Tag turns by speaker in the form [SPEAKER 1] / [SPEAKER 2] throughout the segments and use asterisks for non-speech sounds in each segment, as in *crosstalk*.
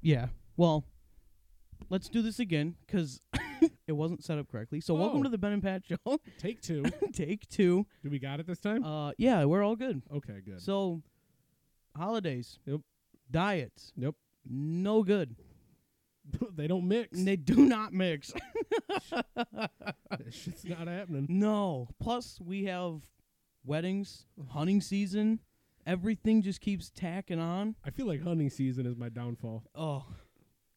[SPEAKER 1] Yeah. Well, let's do this again because *laughs* it wasn't set up correctly. So welcome
[SPEAKER 2] Oh.
[SPEAKER 1] to the Ben and Pat Show, *laughs*
[SPEAKER 2] Take two.
[SPEAKER 1] take
[SPEAKER 2] *laughs*
[SPEAKER 1] two.
[SPEAKER 2] Do we got it this time?
[SPEAKER 1] Uh, yeah, we're all good.
[SPEAKER 2] okay, good.
[SPEAKER 1] So, holidays.
[SPEAKER 2] Yep.
[SPEAKER 1] Diets.
[SPEAKER 2] Yep.
[SPEAKER 1] No good.
[SPEAKER 2] *laughs* they don't mix. *laughs*
[SPEAKER 1] They do not mix.
[SPEAKER 2] That shit's not happening.
[SPEAKER 1] no. Plus, we have weddings, hunting season. Everything just keeps tacking on.
[SPEAKER 2] I feel like hunting season is my downfall
[SPEAKER 1] Oh,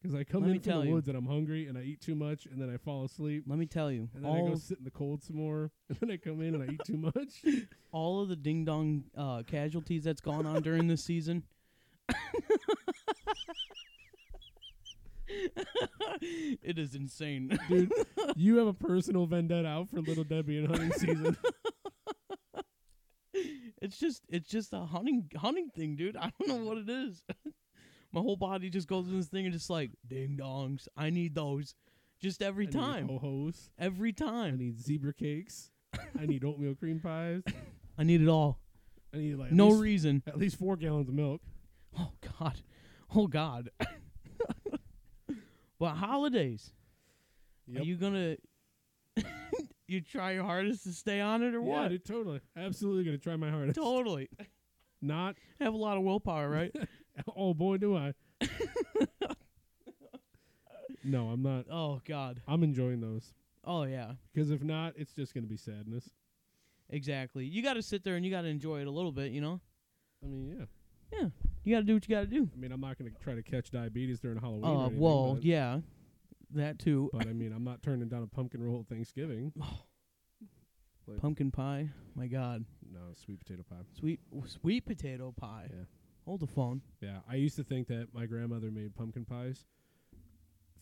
[SPEAKER 2] because I come
[SPEAKER 1] Let me
[SPEAKER 2] in from
[SPEAKER 1] tell
[SPEAKER 2] the
[SPEAKER 1] you.
[SPEAKER 2] woods and I'm hungry and I eat too much and then I fall asleep
[SPEAKER 1] let me tell you,
[SPEAKER 2] and then I go
[SPEAKER 1] all
[SPEAKER 2] sit in the cold some more *laughs* and then I come in and I eat
[SPEAKER 1] *laughs*
[SPEAKER 2] too much.
[SPEAKER 1] all of the ding dong uh, casualties that's gone on during this season. it is insane.
[SPEAKER 2] Dude, you have a personal vendetta out for little Debbie in
[SPEAKER 1] *laughs*
[SPEAKER 2] hunting season.
[SPEAKER 1] It's just it's just a hunting hunting thing, dude. I don't know what it is. My whole body just goes in this thing and just like ding dongs. I need those. Just every
[SPEAKER 2] I
[SPEAKER 1] time.
[SPEAKER 2] need ho-hos.
[SPEAKER 1] Every
[SPEAKER 2] I
[SPEAKER 1] time.
[SPEAKER 2] need zebra cakes. I need oatmeal cream pies.
[SPEAKER 1] I need it all.
[SPEAKER 2] I need like at
[SPEAKER 1] No
[SPEAKER 2] least-
[SPEAKER 1] reason.
[SPEAKER 2] at least four gallons of milk.
[SPEAKER 1] Oh god. Oh god. *laughs* well, holidays. Are
[SPEAKER 2] Yep.
[SPEAKER 1] you gonna *laughs* you try your hardest to stay on it or
[SPEAKER 2] Yeah,
[SPEAKER 1] what?
[SPEAKER 2] dude, totally. Absolutely gonna try my hardest.
[SPEAKER 1] Totally.
[SPEAKER 2] Not
[SPEAKER 1] Have a lot of willpower, right?
[SPEAKER 2] *laughs* oh boy
[SPEAKER 1] *laughs*
[SPEAKER 2] do I. no, I'm not.
[SPEAKER 1] oh god.
[SPEAKER 2] I'm enjoying those
[SPEAKER 1] Oh yeah.
[SPEAKER 2] because if not, it's just gonna be sadness.
[SPEAKER 1] Exactly. You gotta sit there and you gotta enjoy it a little bit, you know?
[SPEAKER 2] I mean, yeah.
[SPEAKER 1] You gotta do what you gotta do.
[SPEAKER 2] I mean, I'm not gonna try to catch diabetes during Halloween. or
[SPEAKER 1] Uh
[SPEAKER 2] anything,
[SPEAKER 1] well,
[SPEAKER 2] but,
[SPEAKER 1] yeah. That too.
[SPEAKER 2] But I mean, I'm not turning down a pumpkin roll at
[SPEAKER 1] *laughs*
[SPEAKER 2] Thanksgiving. like-
[SPEAKER 1] Pumpkin pie. My god.
[SPEAKER 2] No, sweet potato pie.
[SPEAKER 1] Sweet sweet potato pie.
[SPEAKER 2] Yeah.
[SPEAKER 1] Hold the phone.
[SPEAKER 2] Yeah, I used to think that my grandmother made pumpkin pies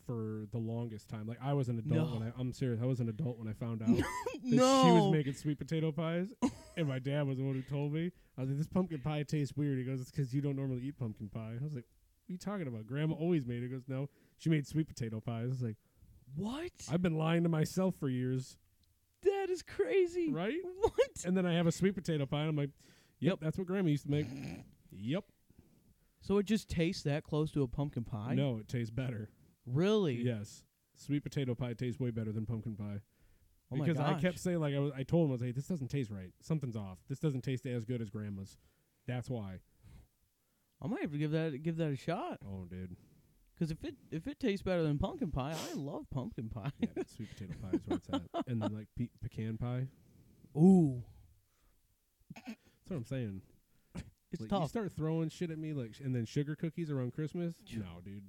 [SPEAKER 2] for the longest time. Like I was an adult when I I'm serious. I was an adult when I found
[SPEAKER 1] *laughs*
[SPEAKER 2] out that she was making sweet potato pies, and my dad was the one who told me. I was like, "This pumpkin pie tastes weird." He goes, "It's because you don't normally eat pumpkin pie." I was like, "What are you talking about? Grandma always made it." He goes, "No, she made sweet potato pies." I was like,
[SPEAKER 1] What?
[SPEAKER 2] "I've been lying to myself for years,
[SPEAKER 1] that is crazy.
[SPEAKER 2] right?"
[SPEAKER 1] *laughs* What?
[SPEAKER 2] And then I have a sweet potato pie, and I'm like, "Yep,
[SPEAKER 1] Yep.
[SPEAKER 2] that's what Grandma used to make." yep.
[SPEAKER 1] So it just tastes that close to a pumpkin pie?
[SPEAKER 2] no, it tastes better.
[SPEAKER 1] Really?
[SPEAKER 2] Yes, sweet potato pie tastes way better than pumpkin pie.
[SPEAKER 1] Oh my
[SPEAKER 2] because I
[SPEAKER 1] gosh.
[SPEAKER 2] kept saying like I was, I told him I was like, this doesn't taste right. Something's off. This doesn't taste as good as grandma's. That's why.
[SPEAKER 1] I might have to give that give that a shot.
[SPEAKER 2] Oh, dude,
[SPEAKER 1] 'Cause if it if it tastes better than pumpkin pie, I love pumpkin
[SPEAKER 2] *laughs*
[SPEAKER 1] pie.
[SPEAKER 2] yeah, that sweet potato pie is where it's
[SPEAKER 1] *laughs*
[SPEAKER 2] at, and then like pe- pecan pie.
[SPEAKER 1] Ooh,
[SPEAKER 2] That's what I'm saying.
[SPEAKER 1] it's
[SPEAKER 2] like, You
[SPEAKER 1] tough.
[SPEAKER 2] start throwing shit at me like, sh- and then sugar cookies around Christmas. No, dude,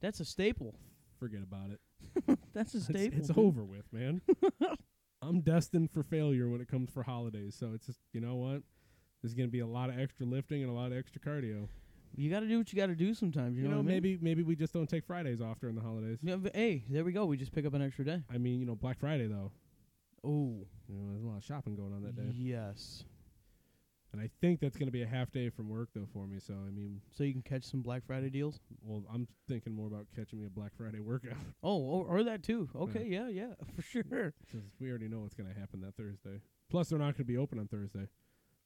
[SPEAKER 1] That's a staple.
[SPEAKER 2] forget about it.
[SPEAKER 1] That's a
[SPEAKER 2] It's,
[SPEAKER 1] staple.
[SPEAKER 2] it's
[SPEAKER 1] dude.
[SPEAKER 2] over with, man.
[SPEAKER 1] *laughs*
[SPEAKER 2] I'm destined for failure when it comes for holidays. So it's just you know what. There's gonna be a lot of extra lifting and a lot of extra cardio.
[SPEAKER 1] You got to do what you got to do sometimes. You,
[SPEAKER 2] You, know,
[SPEAKER 1] what I mean?
[SPEAKER 2] maybe maybe we just don't take Fridays off during the holidays.
[SPEAKER 1] Yeah, but hey, there we go. We just pick up an extra day.
[SPEAKER 2] I mean, you know, Black Friday though.
[SPEAKER 1] Oh,
[SPEAKER 2] You know, there's a lot of shopping going on that day.
[SPEAKER 1] yes.
[SPEAKER 2] And I think that's going to be a half day from work, though, for me. So, I mean,
[SPEAKER 1] So you can catch some Black Friday deals.
[SPEAKER 2] well, I'm thinking more about catching me a Black Friday workout *laughs*
[SPEAKER 1] Oh, or, or that too. Okay, yeah, yeah, *laughs* for sure.
[SPEAKER 2] because we already know what's going to happen that Thursday. Plus, they're not going to be open on Thursday.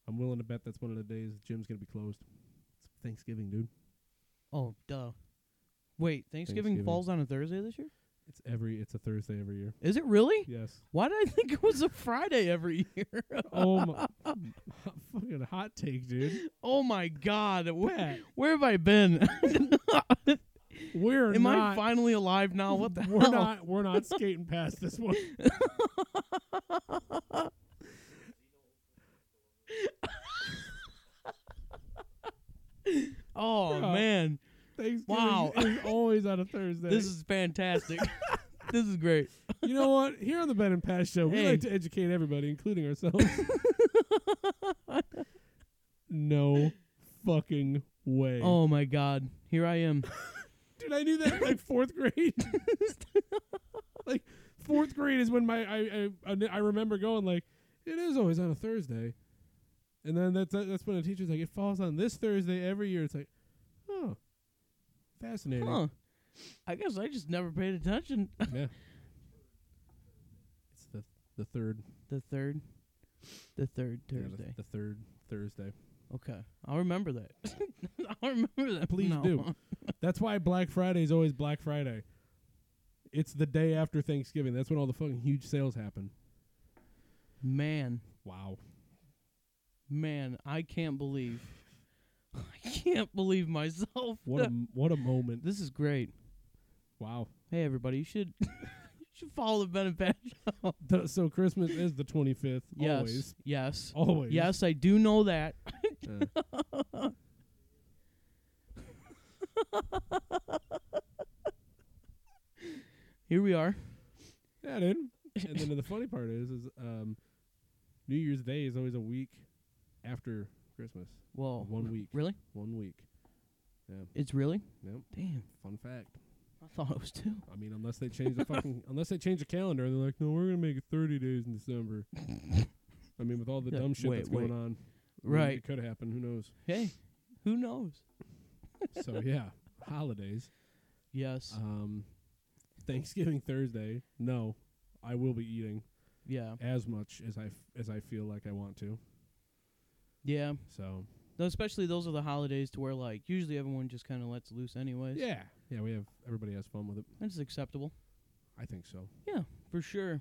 [SPEAKER 2] I'm willing to bet that's one of the days the gym's going to be closed. It's Thanksgiving, dude.
[SPEAKER 1] Oh, duh. Wait, Thanksgiving,
[SPEAKER 2] Thanksgiving.
[SPEAKER 1] falls on a Thursday this year?
[SPEAKER 2] It's every, it's a Thursday
[SPEAKER 1] *laughs*
[SPEAKER 2] every year.
[SPEAKER 1] Is it really?
[SPEAKER 2] Yes.
[SPEAKER 1] Why did I think it was a Friday every year? *laughs*
[SPEAKER 2] Oh my, *laughs* fucking hot take, dude.
[SPEAKER 1] oh my God, where,
[SPEAKER 2] Pat,
[SPEAKER 1] *laughs* where have I been?
[SPEAKER 2] we're
[SPEAKER 1] *laughs* Am
[SPEAKER 2] not.
[SPEAKER 1] I finally alive now? What the
[SPEAKER 2] *laughs*
[SPEAKER 1] *laughs*
[SPEAKER 2] we're
[SPEAKER 1] hell?
[SPEAKER 2] not we're not skating past
[SPEAKER 1] *laughs*
[SPEAKER 2] this one.
[SPEAKER 1] Oh
[SPEAKER 2] Bro.
[SPEAKER 1] man,
[SPEAKER 2] Thanksgiving
[SPEAKER 1] Wow.
[SPEAKER 2] is always on a Thursday.
[SPEAKER 1] this is
[SPEAKER 2] *laughs*
[SPEAKER 1] fantastic. this is great.
[SPEAKER 2] You know what? Here on the Ben and Pat Show, we
[SPEAKER 1] Hey.
[SPEAKER 2] like to educate everybody,
[SPEAKER 1] *laughs*
[SPEAKER 2] including ourselves. no fucking way.
[SPEAKER 1] Oh my god, here I am.
[SPEAKER 2] Dude, I knew that in like fourth grade.
[SPEAKER 1] *laughs*
[SPEAKER 2] like fourth grade is when my I, I I- I remember going like it is always on a Thursday, and then that's that's when the teacher's like it falls on this Thursday every year. It's like, oh, fascinating.
[SPEAKER 1] Huh. I guess I just never paid attention. *laughs*
[SPEAKER 2] Yeah, it's the the third
[SPEAKER 1] The third, the third
[SPEAKER 2] yeah, the-
[SPEAKER 1] Thursday.
[SPEAKER 2] the third Thursday.
[SPEAKER 1] Okay, I'll remember that. *laughs* I'll remember that.
[SPEAKER 2] Please
[SPEAKER 1] No.
[SPEAKER 2] do. That's why Black Friday is always Black Friday. It's the day after Thanksgiving. That's when all the fucking huge sales happen.
[SPEAKER 1] *laughs* Man,
[SPEAKER 2] Wow.
[SPEAKER 1] man, I can't believe. *laughs* I can't believe myself.
[SPEAKER 2] What a what a
[SPEAKER 1] *laughs*
[SPEAKER 2] moment.
[SPEAKER 1] this is great.
[SPEAKER 2] Wow.
[SPEAKER 1] Hey, everybody, you should *laughs* you should follow the Ben and Pat show.
[SPEAKER 2] Th- So Christmas is the 25th
[SPEAKER 1] Yes,
[SPEAKER 2] always.
[SPEAKER 1] yes,
[SPEAKER 2] Always. *laughs*
[SPEAKER 1] yes. I do know that.
[SPEAKER 2] Uh,
[SPEAKER 1] Here we are.
[SPEAKER 2] yeah, dude. And then the funny part is is um New Year's Day is always a week after Christmas.
[SPEAKER 1] Whoa,
[SPEAKER 2] One week.
[SPEAKER 1] really?
[SPEAKER 2] One week.
[SPEAKER 1] It's really?
[SPEAKER 2] Yep.
[SPEAKER 1] Damn,
[SPEAKER 2] Fun fact.
[SPEAKER 1] I thought it was two.
[SPEAKER 2] I mean, unless they change
[SPEAKER 1] *laughs*
[SPEAKER 2] the fucking unless they change the calendar and they're like, no, we're gonna make it 30 days in December.
[SPEAKER 1] *laughs*
[SPEAKER 2] I mean, with all the
[SPEAKER 1] Yeah,
[SPEAKER 2] dumb shit
[SPEAKER 1] wait,
[SPEAKER 2] that's
[SPEAKER 1] wait.
[SPEAKER 2] going on, I mean,
[SPEAKER 1] Right.
[SPEAKER 2] It could happen. Who knows?
[SPEAKER 1] Hey, who knows? *laughs*
[SPEAKER 2] So yeah, holidays.
[SPEAKER 1] Yes,
[SPEAKER 2] Um, Thanksgiving Thursday. No, I will be eating
[SPEAKER 1] yeah,
[SPEAKER 2] as much as I f- as I feel like I want to.
[SPEAKER 1] yeah.
[SPEAKER 2] So
[SPEAKER 1] Though especially those are the holidays to where like usually everyone just kind of lets loose anyways.
[SPEAKER 2] yeah, yeah, we have everybody has fun with it.
[SPEAKER 1] that's acceptable
[SPEAKER 2] I think so.
[SPEAKER 1] for sure.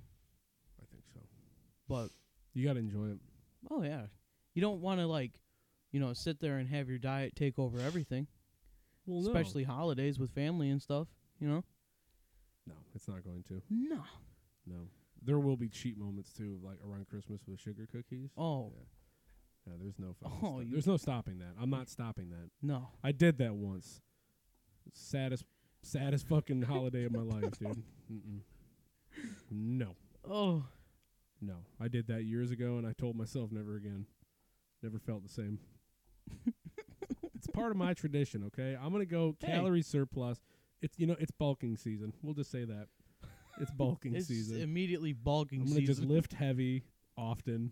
[SPEAKER 2] I think so.
[SPEAKER 1] But
[SPEAKER 2] You gotta enjoy it.
[SPEAKER 1] oh yeah, you don't want to like, you know, sit there and have your diet take over everything,
[SPEAKER 2] Well,
[SPEAKER 1] especially holidays with family and stuff. You know?
[SPEAKER 2] no, it's not going to.
[SPEAKER 1] No.
[SPEAKER 2] No, there will be cheat moments too, like around Christmas with sugar cookies.
[SPEAKER 1] Oh
[SPEAKER 2] No, there's no fucking
[SPEAKER 1] Oh,
[SPEAKER 2] stop-
[SPEAKER 1] you-
[SPEAKER 2] there's no stopping that. I'm not stopping that.
[SPEAKER 1] no.
[SPEAKER 2] I did that once. Saddest saddest fucking holiday
[SPEAKER 1] *laughs*
[SPEAKER 2] of my life, dude. Mm-mm. No,
[SPEAKER 1] Oh
[SPEAKER 2] no. I did that years ago, and I told myself never again. Never felt
[SPEAKER 1] *laughs*
[SPEAKER 2] the same. it's part of my tradition, okay? I'm gonna go
[SPEAKER 1] Hey.
[SPEAKER 2] calorie surplus. It's you know it's bulking season. We'll just say that.
[SPEAKER 1] *laughs*
[SPEAKER 2] It's bulking
[SPEAKER 1] it's
[SPEAKER 2] season.
[SPEAKER 1] immediately bulking
[SPEAKER 2] I'm gonna
[SPEAKER 1] season.
[SPEAKER 2] just lift heavy often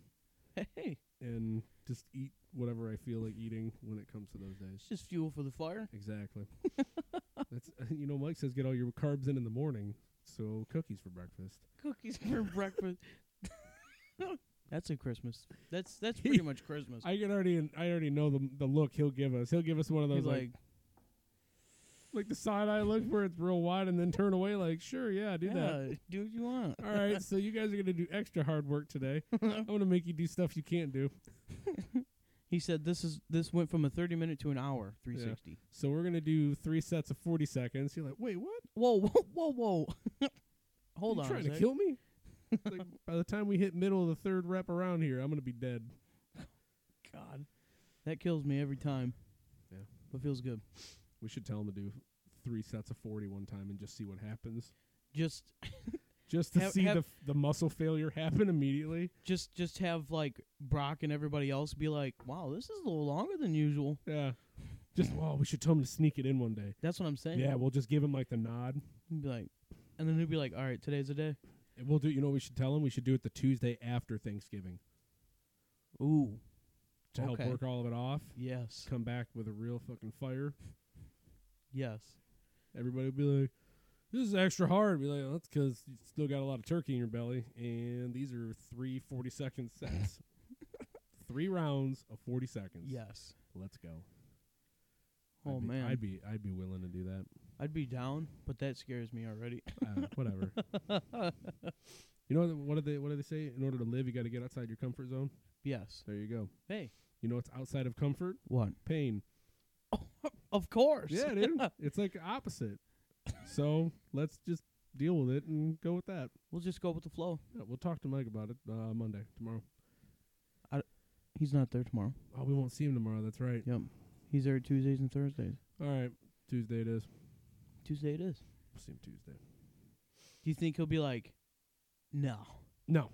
[SPEAKER 1] hey,
[SPEAKER 2] and just eat whatever I feel like eating when it comes to those days.
[SPEAKER 1] it's just fuel for the *laughs* fire.
[SPEAKER 2] Exactly. *laughs* That's uh, you know Mike says get all your carbs in in the morning, so cookies for breakfast.
[SPEAKER 1] Cookies for breakfast. *laughs* that's a Christmas. That's
[SPEAKER 2] *laughs*
[SPEAKER 1] that's pretty much Christmas.
[SPEAKER 2] I can already I already know the the look he'll give us. He'll give us one of
[SPEAKER 1] He's
[SPEAKER 2] those like, like
[SPEAKER 1] like,
[SPEAKER 2] the side eye look where it's real wide and then turn away like sure yeah do that.
[SPEAKER 1] "Yeah, do what you want.
[SPEAKER 2] All right, so you guys are gonna do extra hard work today.
[SPEAKER 1] *laughs*
[SPEAKER 2] I'm gonna make you do stuff you can't do.
[SPEAKER 1] He said this is this went from a 30 minute to an hour 360.
[SPEAKER 2] So we're gonna do three sets of 40 seconds. You're like, wait, what?
[SPEAKER 1] Whoa, whoa, whoa, whoa. *laughs* Hold
[SPEAKER 2] you
[SPEAKER 1] on. a
[SPEAKER 2] trying to
[SPEAKER 1] sec. *laughs*
[SPEAKER 2] kill me? like, by the time we hit middle of the third rep around here, I'm gonna be dead.
[SPEAKER 1] God. That kills me every time.
[SPEAKER 2] Yeah.
[SPEAKER 1] But feels good.
[SPEAKER 2] We should tell him to do three sets of 40 one time and just see what happens.
[SPEAKER 1] Just
[SPEAKER 2] Just to
[SPEAKER 1] Have-
[SPEAKER 2] see
[SPEAKER 1] have-
[SPEAKER 2] the f the muscle failure happen immediately.
[SPEAKER 1] just just have like Brock and everybody else be like, "Wow, this is a little longer than usual."
[SPEAKER 2] Yeah.
[SPEAKER 1] *laughs*
[SPEAKER 2] Just well, we should tell him to sneak it in one day.
[SPEAKER 1] That's what I'm saying.
[SPEAKER 2] Yeah, we'll just give him like the nod.
[SPEAKER 1] And be like and then he'll be like, "All right, today's the day."
[SPEAKER 2] And we'll do you know what we should tell him? We should do it the Tuesday after Thanksgiving
[SPEAKER 1] Ooh.
[SPEAKER 2] to
[SPEAKER 1] Okay.
[SPEAKER 2] help work all of it off.
[SPEAKER 1] Yes.
[SPEAKER 2] Come back with a real fucking fire.
[SPEAKER 1] Yes.
[SPEAKER 2] Everybody will be like, This is extra hard. Be like, well, that's because you still got a lot of turkey in your belly and these are three 40 second
[SPEAKER 1] *laughs*
[SPEAKER 2] sets. three rounds of forty seconds.
[SPEAKER 1] Yes.
[SPEAKER 2] Let's go.
[SPEAKER 1] Oh
[SPEAKER 2] I'd be,
[SPEAKER 1] man.
[SPEAKER 2] I'd be I'd be willing to do that.
[SPEAKER 1] I'd be down, but that scares me already. *laughs*
[SPEAKER 2] Uh, whatever. you know what do they what do they say? In order to live, you got to get outside your comfort zone.
[SPEAKER 1] yes.
[SPEAKER 2] There you go.
[SPEAKER 1] Hey.
[SPEAKER 2] You know what's outside of comfort?
[SPEAKER 1] What?
[SPEAKER 2] Pain.
[SPEAKER 1] Of course.
[SPEAKER 2] Yeah,
[SPEAKER 1] *laughs*
[SPEAKER 2] dude. it's like opposite. So let's just deal with it and go with that.
[SPEAKER 1] We'll just go with the flow.
[SPEAKER 2] Yeah, we'll talk to Mike about it uh, Monday tomorrow.
[SPEAKER 1] He's not there tomorrow.
[SPEAKER 2] Oh, we won't see him tomorrow. That's right.
[SPEAKER 1] Yep. He's there Tuesdays and Thursdays.
[SPEAKER 2] All right, Tuesday it is.
[SPEAKER 1] Tuesday it is.
[SPEAKER 2] We'll see him Tuesday.
[SPEAKER 1] Do you think he'll be like, no? *laughs*
[SPEAKER 2] No,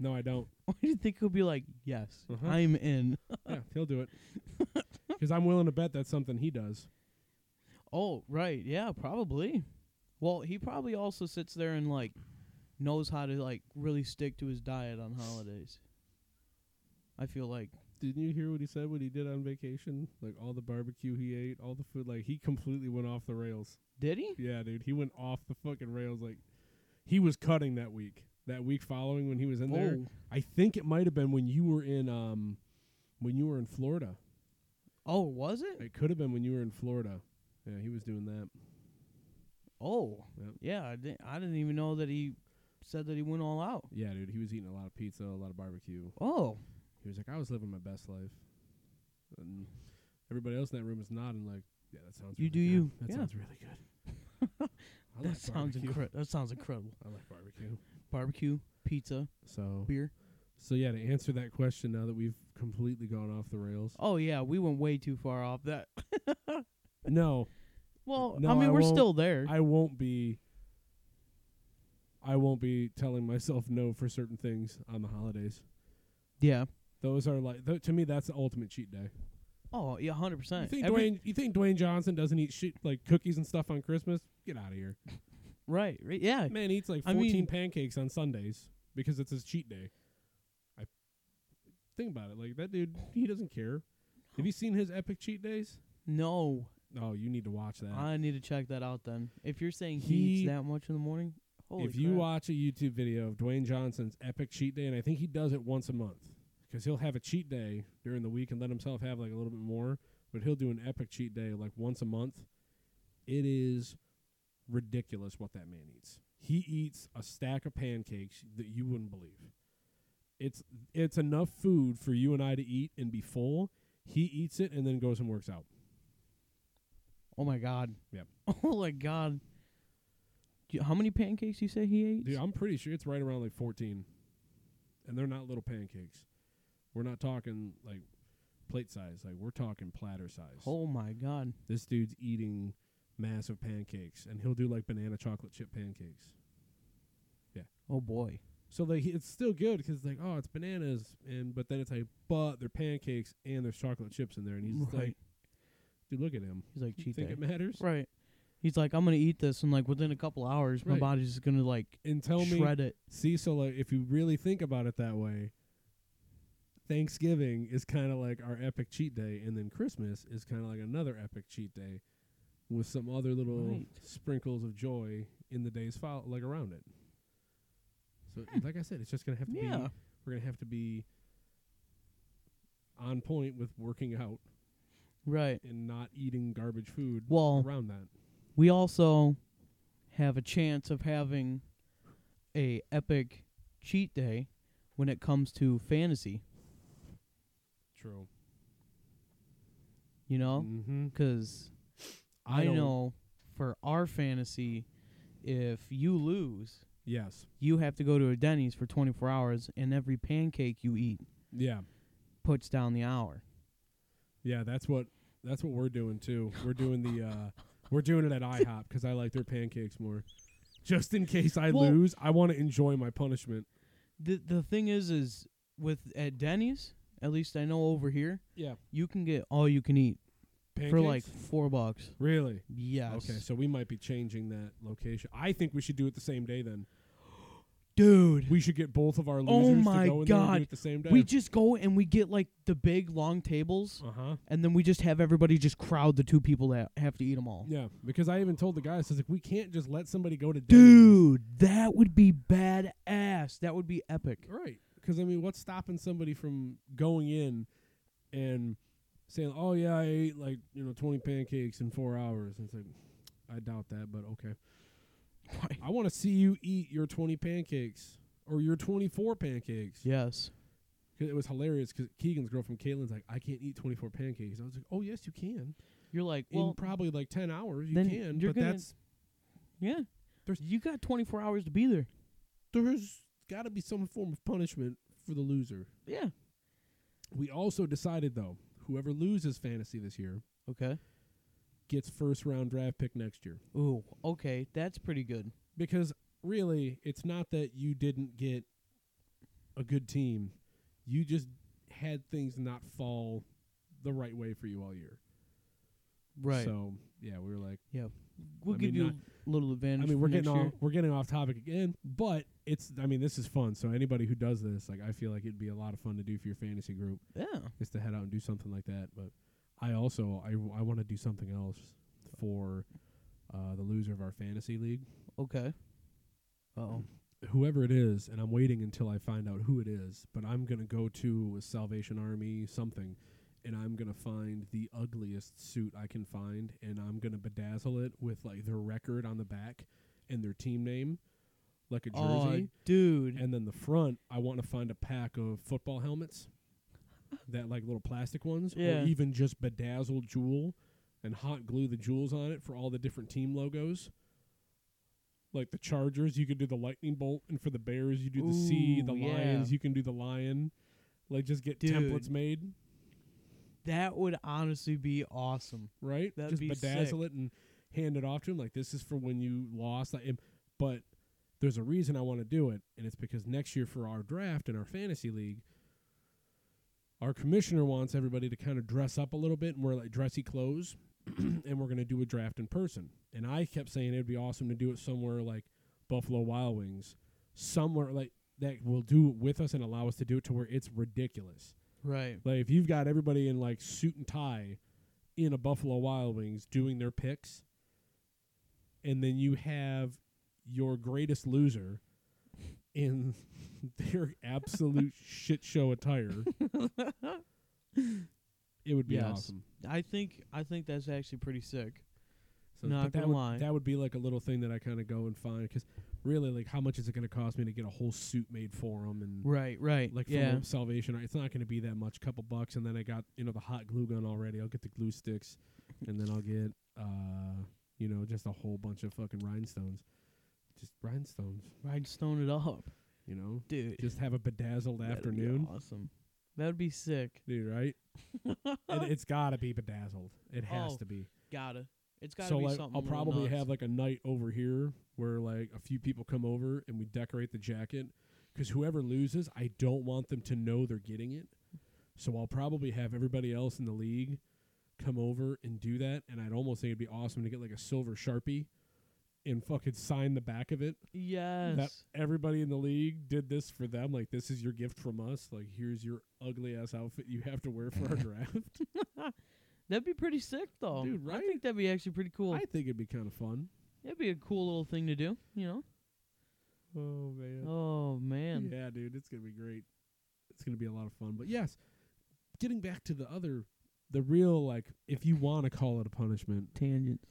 [SPEAKER 2] no, I don't.
[SPEAKER 1] Or do you think he'll be like, yes,
[SPEAKER 2] Uh-huh.
[SPEAKER 1] I'm in?
[SPEAKER 2] Yeah, he'll do it because I'm willing to bet that's something he does.
[SPEAKER 1] Oh, right. Yeah, probably. Well, he probably also sits there and like knows how to like really stick to his diet on holidays. I feel like
[SPEAKER 2] Didn't you hear what he said? What he did on vacation? Like all the barbecue he ate, all the food. Like he completely went off the rails.
[SPEAKER 1] did he?
[SPEAKER 2] Yeah, dude, he went off the fucking rails. Like he was cutting that week. That week following when he was in there,
[SPEAKER 1] Oh,
[SPEAKER 2] I think it might have been when you were in um when you were in Florida.
[SPEAKER 1] Oh, was it?
[SPEAKER 2] It could have been when you were in Florida. Yeah, he was doing that.
[SPEAKER 1] Oh,
[SPEAKER 2] Yep.
[SPEAKER 1] yeah. I didn't. I didn't even know that he said that he went all out.
[SPEAKER 2] Yeah, dude, he was eating a lot of pizza, a lot of barbecue.
[SPEAKER 1] Oh,
[SPEAKER 2] He was like, I was living my best life. And everybody else in that room is nodding, like, yeah, that sounds.
[SPEAKER 1] You
[SPEAKER 2] really
[SPEAKER 1] do
[SPEAKER 2] good.
[SPEAKER 1] you.
[SPEAKER 2] That
[SPEAKER 1] Yeah.
[SPEAKER 2] sounds really
[SPEAKER 1] *laughs*
[SPEAKER 2] good. I
[SPEAKER 1] that
[SPEAKER 2] like
[SPEAKER 1] sounds
[SPEAKER 2] barbecue.
[SPEAKER 1] incredible. That sounds incredible.
[SPEAKER 2] I like barbecue.
[SPEAKER 1] Barbecue, pizza,
[SPEAKER 2] So,
[SPEAKER 1] beer.
[SPEAKER 2] so yeah, to answer that question, now that we've completely gone off the rails.
[SPEAKER 1] Oh yeah, we went way too far off that. *laughs*
[SPEAKER 2] No,
[SPEAKER 1] Well,
[SPEAKER 2] No,
[SPEAKER 1] I mean
[SPEAKER 2] I
[SPEAKER 1] we're
[SPEAKER 2] won't.
[SPEAKER 1] still there.
[SPEAKER 2] I won't be. I won't be telling myself no for certain things on the holidays.
[SPEAKER 1] yeah.
[SPEAKER 2] Those are like th- to me. That's the ultimate cheat day.
[SPEAKER 1] Oh yeah, hundred
[SPEAKER 2] You
[SPEAKER 1] percent.
[SPEAKER 2] think Dwayne? You think Dwayne Johnson doesn't eat shit like cookies and stuff on Christmas? Get out of here.
[SPEAKER 1] Right, right. Yeah.
[SPEAKER 2] Man eats like
[SPEAKER 1] I
[SPEAKER 2] fourteen
[SPEAKER 1] mean-
[SPEAKER 2] pancakes on Sundays because it's his cheat day. I think about it. Like that dude, he doesn't care. Have you seen his epic cheat days?
[SPEAKER 1] No,
[SPEAKER 2] Oh, you need to watch that.
[SPEAKER 1] I need to check that out then. If you're saying he,
[SPEAKER 2] He-
[SPEAKER 1] eats that much in the morning, holy
[SPEAKER 2] if you
[SPEAKER 1] crap.
[SPEAKER 2] watch a YouTube video of Dwayne Johnson's epic cheat day, and I think he does it once a month because he'll have a cheat day during the week and let himself have like a little bit more, but he'll do an epic cheat day like once a month. It is ridiculous what that man eats. He eats a stack of pancakes that you wouldn't believe. It's it's enough food for you and I to eat and be full. He eats it and then goes and works out.
[SPEAKER 1] oh my god.
[SPEAKER 2] Yep.
[SPEAKER 1] *laughs* Oh my god. Do you- how many pancakes you say he ate?
[SPEAKER 2] Dude, I'm pretty sure it's right around like 14. And they're not little pancakes. We're not talking like plate size. Like we're talking platter size.
[SPEAKER 1] Oh my god.
[SPEAKER 2] This dude's eating massive pancakes and he'll do like banana chocolate chip pancakes.
[SPEAKER 1] Oh boy.
[SPEAKER 2] So like he- it's still good 'cause like oh it's bananas and but then it's like but they're pancakes and there's chocolate chips in there and he's just
[SPEAKER 1] Right.
[SPEAKER 2] like dude look at him.
[SPEAKER 1] He's like
[SPEAKER 2] You
[SPEAKER 1] cheat
[SPEAKER 2] think
[SPEAKER 1] day.
[SPEAKER 2] it matters?
[SPEAKER 1] Right. He's like, I'm gonna eat this, and like within a couple hours, my
[SPEAKER 2] Right.
[SPEAKER 1] body's just gonna like
[SPEAKER 2] And tell me
[SPEAKER 1] shred it.
[SPEAKER 2] See, so like, if you really think about it that way, Thanksgiving is kind of like our epic cheat day, and then Christmas is kind of like another epic cheat day, with some other little
[SPEAKER 1] Right.
[SPEAKER 2] sprinkles of joy in the days follow, like around it. So, like I said, it's just gonna have to
[SPEAKER 1] Yeah.
[SPEAKER 2] be. We're gonna have to be on point with working out
[SPEAKER 1] Right.
[SPEAKER 2] and not eating garbage food
[SPEAKER 1] Well,
[SPEAKER 2] around that.
[SPEAKER 1] we also have a chance of having a epic cheat day when it comes to fantasy.
[SPEAKER 2] True.
[SPEAKER 1] You know,
[SPEAKER 2] Mm-hmm.
[SPEAKER 1] because
[SPEAKER 2] I,
[SPEAKER 1] I,
[SPEAKER 2] don't-
[SPEAKER 1] know for our fantasy, if you lose,
[SPEAKER 2] Yes.
[SPEAKER 1] you have to go to a Denny's for 24 hours, and every pancake you eat
[SPEAKER 2] Yeah.
[SPEAKER 1] puts down the hour.
[SPEAKER 2] Yeah, that's what that's what we're doing too. We're doing the uh we're doing it at IHOP because I like their pancakes more. Just in case I
[SPEAKER 1] Well-
[SPEAKER 2] lose, I want to enjoy my punishment.
[SPEAKER 1] the The thing is, is with at Denny's, at least I know over here,
[SPEAKER 2] Yeah,
[SPEAKER 1] you can get all you can eat
[SPEAKER 2] pancakes?
[SPEAKER 1] for like four bucks.
[SPEAKER 2] really.
[SPEAKER 1] Yes.
[SPEAKER 2] Okay, so we might be changing that location. I think we should do it the same day. Then
[SPEAKER 1] dude.
[SPEAKER 2] we should get both of our
[SPEAKER 1] Oh
[SPEAKER 2] losers
[SPEAKER 1] my
[SPEAKER 2] to go in there and
[SPEAKER 1] God.
[SPEAKER 2] do it the same day.
[SPEAKER 1] We just go and we get like the big long tables,
[SPEAKER 2] uh huh.
[SPEAKER 1] and then we just have everybody just crowd the two people that have to eat them all.
[SPEAKER 2] Yeah, because I even told the guys, I was like, we can't just let somebody go to Denny's.
[SPEAKER 1] Dude, that would be badass. That would be epic.
[SPEAKER 2] Right. Because, I mean, what's stopping somebody from going in and saying, oh, yeah, I ate like, you know, 20 pancakes in four hours? And it's like, I doubt that, but okay.
[SPEAKER 1] Right.
[SPEAKER 2] I want to see you eat your 20 pancakes or your 24 pancakes.
[SPEAKER 1] Yes.
[SPEAKER 2] 'Cause it was hilarious because Keegan's girl from Caitlin's like, I can't eat 24 pancakes. I was like, oh, yes, you can.
[SPEAKER 1] You're like,
[SPEAKER 2] in
[SPEAKER 1] well,
[SPEAKER 2] probably like 10 hours, you
[SPEAKER 1] then
[SPEAKER 2] can.
[SPEAKER 1] you're
[SPEAKER 2] But
[SPEAKER 1] gonna-
[SPEAKER 2] that's,
[SPEAKER 1] yeah.
[SPEAKER 2] There's-
[SPEAKER 1] you got 24 hours to be there.
[SPEAKER 2] there's got to be some form of punishment for the loser.
[SPEAKER 1] Yeah.
[SPEAKER 2] We also decided, though, whoever loses fantasy this year,
[SPEAKER 1] Okay.
[SPEAKER 2] gets first round draft pick next year.
[SPEAKER 1] Ooh. Okay, that's pretty good.
[SPEAKER 2] Because really, it's not that you didn't get a good team. You just had things not fall the right way for you all year.
[SPEAKER 1] Right.
[SPEAKER 2] So yeah, we were like
[SPEAKER 1] we'll
[SPEAKER 2] I
[SPEAKER 1] give
[SPEAKER 2] mean,
[SPEAKER 1] you a little advantage.
[SPEAKER 2] I mean,
[SPEAKER 1] for
[SPEAKER 2] we're
[SPEAKER 1] next
[SPEAKER 2] getting
[SPEAKER 1] year.
[SPEAKER 2] off we're getting off topic again, but it's I mean, this is fun. So anybody who does this, like I feel like it'd be a lot of fun to do for your fantasy group
[SPEAKER 1] Yeah.
[SPEAKER 2] is to head out and do something like that. But I also I, I want to do something else for uh, the loser of our fantasy league.
[SPEAKER 1] Okay. Oh.
[SPEAKER 2] whoever it is, and I'm waiting until I find out who it is, but I'm going to go to a Salvation Army something, and I'm going to find the ugliest suit I can find, and I'm going to bedazzle it with like their record on the back and their team name, like a
[SPEAKER 1] Oh,
[SPEAKER 2] jersey.
[SPEAKER 1] dude.
[SPEAKER 2] and then the front, I want to find a pack of football helmets, that like little plastic ones,
[SPEAKER 1] Yeah.
[SPEAKER 2] or even just bedazzle jewel and hot glue the jewels on it for all the different team logos. Like the Chargers, you could do the lightning bolt, and for the Bears, you do the C.
[SPEAKER 1] Ooh,
[SPEAKER 2] The
[SPEAKER 1] yeah.
[SPEAKER 2] Lions, you can do the lion. Like just get
[SPEAKER 1] Dude.
[SPEAKER 2] templates made,
[SPEAKER 1] that would honestly be awesome.
[SPEAKER 2] right?
[SPEAKER 1] That'd
[SPEAKER 2] just
[SPEAKER 1] be
[SPEAKER 2] bedazzle
[SPEAKER 1] sick.
[SPEAKER 2] it and hand it off to him. Like this is for when you lost. Like, and- but there's a reason I want to do it, and it's because next year for our draft and our fantasy league, our commissioner wants everybody to kind of dress up a little bit and wear like dressy clothes, *clears throat* and we're going to do a draft in person. And I kept saying it'd be awesome to do it somewhere like Buffalo Wild Wings, somewhere like that will do it with us and allow us to do it to where it's ridiculous.
[SPEAKER 1] Right.
[SPEAKER 2] Like if you've got everybody in like suit and tie in a Buffalo Wild Wings doing their picks, and then you have your greatest loser in *laughs* their
[SPEAKER 1] *laughs*
[SPEAKER 2] absolute shit show attire, it would be
[SPEAKER 1] Yes.
[SPEAKER 2] awesome.
[SPEAKER 1] I think I think that's actually pretty sick.
[SPEAKER 2] So,
[SPEAKER 1] Not
[SPEAKER 2] but that
[SPEAKER 1] gonna
[SPEAKER 2] would,
[SPEAKER 1] lie.
[SPEAKER 2] that would be like a little thing that I kind of go and find because really, like, how much is it going to cost me to get a whole suit made for them and
[SPEAKER 1] Right, right.
[SPEAKER 2] like
[SPEAKER 1] yeah.
[SPEAKER 2] from Salvation. Ar- It's not going to be that much, couple bucks, and then I got you know the hot glue gun already. I'll get the glue sticks, and then I'll get uh you know just a whole bunch of fucking rhinestones, just rhinestones.
[SPEAKER 1] Rhinestone it up.
[SPEAKER 2] You know,
[SPEAKER 1] Dude.
[SPEAKER 2] just have a bedazzled
[SPEAKER 1] that'd be
[SPEAKER 2] afternoon,
[SPEAKER 1] awesome. That would be sick.
[SPEAKER 2] dude.
[SPEAKER 1] *laughs*
[SPEAKER 2] Right? it, it's got to be bedazzled. It has
[SPEAKER 1] Oh,
[SPEAKER 2] to be.
[SPEAKER 1] Gotta. It's gotta
[SPEAKER 2] So
[SPEAKER 1] be
[SPEAKER 2] like,
[SPEAKER 1] something. a
[SPEAKER 2] I'll
[SPEAKER 1] little
[SPEAKER 2] probably
[SPEAKER 1] nuts.
[SPEAKER 2] have like a night over here where like a few people come over and we decorate the jacket. 'Cause whoever loses, I don't want them to know they're getting it. So I'll probably have everybody else in the league come over and do that. And I'd almost think it'd be awesome to get like a silver sharpie and fucking sign the back of it
[SPEAKER 1] Yes.
[SPEAKER 2] that everybody in the league did this for them. Like this is your gift from us. Like here's your ugly ass outfit you have to
[SPEAKER 1] *laughs*
[SPEAKER 2] wear for our draft.
[SPEAKER 1] That'd be pretty sick, though.
[SPEAKER 2] Dude,
[SPEAKER 1] I
[SPEAKER 2] right?
[SPEAKER 1] think that'd be actually pretty cool.
[SPEAKER 2] I think it'd be kind of fun.
[SPEAKER 1] That'd be a cool little thing to do, you know?
[SPEAKER 2] Oh man.
[SPEAKER 1] Oh, man.
[SPEAKER 2] Yeah, dude, it's gonna be great. It's gonna be a lot of fun. But yes, getting back to the other, the real like, if you want to call it a punishment,
[SPEAKER 1] Tangents.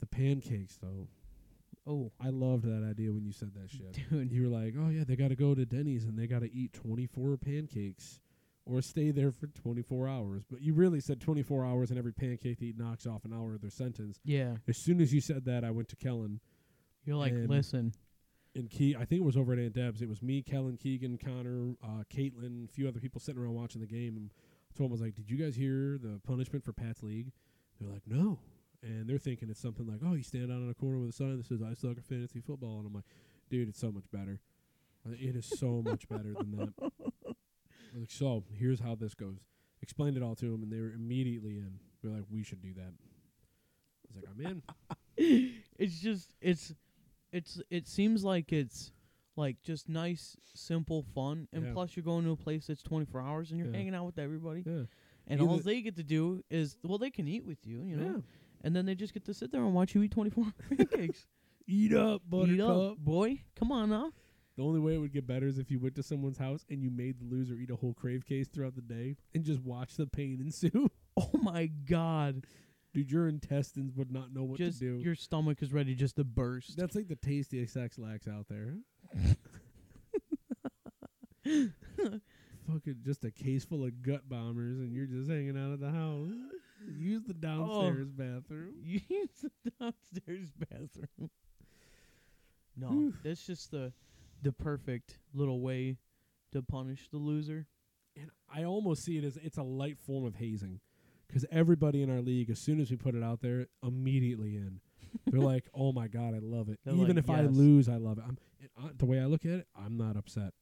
[SPEAKER 2] the pancakes though.
[SPEAKER 1] Oh,
[SPEAKER 2] I loved that idea when you said that shit.
[SPEAKER 1] dude.
[SPEAKER 2] You were like, oh yeah, they got to go to Denny's and they got to eat twenty four pancakes, or stay there for twenty four hours. But you really said twenty four hours, and every pancake they eat knocks off an hour of their sentence.
[SPEAKER 1] Yeah.
[SPEAKER 2] As soon as you said that, I went to Kellen
[SPEAKER 1] You're like,
[SPEAKER 2] And-
[SPEAKER 1] listen. *laughs*
[SPEAKER 2] and Key. I think it was over at Aunt Deb's. It was me, Kellen, Keegan, Connor, uh, Caitlin, a few other people sitting around watching the game. And someone was like, "Did you guys hear the punishment for Pat's league?" They're like, "No," and they're thinking it's something like, "Oh, you stand out on a corner with a sign that says I suck at fantasy football," and I'm like, "Dude, it's so much better. Uh, It is so much better than that." *laughs* I was Like, so here's how this goes. Explained it all to them, and they were immediately in. They're like, "We should do that." I was like, "I'm in."
[SPEAKER 1] it's just, it's, it's, it seems like it's, like, just nice, simple fun. And
[SPEAKER 2] Yeah.
[SPEAKER 1] plus, you're going to a place that's 24 hours and you're
[SPEAKER 2] Yeah.
[SPEAKER 1] hanging out with everybody.
[SPEAKER 2] Yeah,
[SPEAKER 1] And
[SPEAKER 2] Either-
[SPEAKER 1] all they get to do is, well, they can eat with you, you know?
[SPEAKER 2] yeah.
[SPEAKER 1] And then they just get to sit there and watch you eat 24
[SPEAKER 2] *laughs*
[SPEAKER 1] pancakes.
[SPEAKER 2] Eat up,
[SPEAKER 1] eat
[SPEAKER 2] buttercup.
[SPEAKER 1] up, boy. Come on now.
[SPEAKER 2] The only way it would get better is if you went to someone's house and you made the loser eat a whole crave case throughout the day and just watch the pain *laughs* ensue.
[SPEAKER 1] Oh, my God.
[SPEAKER 2] Dude, your intestines would not know what
[SPEAKER 1] just
[SPEAKER 2] to do.
[SPEAKER 1] your stomach is ready just to burst. *laughs*
[SPEAKER 2] That's like the tastiest sex lax out there. Fucking just a case full of gut bombers and you're just hanging out at the house. Use
[SPEAKER 1] Oh.
[SPEAKER 2] the downstairs bathroom.
[SPEAKER 1] you use the downstairs bathroom. No,
[SPEAKER 2] Whew.
[SPEAKER 1] that's just the the perfect little way to punish the loser.
[SPEAKER 2] And I almost see it as it's a light form of hazing. 'Cause everybody in our league, as soon as we put it out there, immediately in. They're like, "Oh my god, I love it."
[SPEAKER 1] They're
[SPEAKER 2] Even
[SPEAKER 1] like,
[SPEAKER 2] if I
[SPEAKER 1] "Yes."
[SPEAKER 2] lose, I love it. I'm and, uh, the way I look at it. I'm not upset.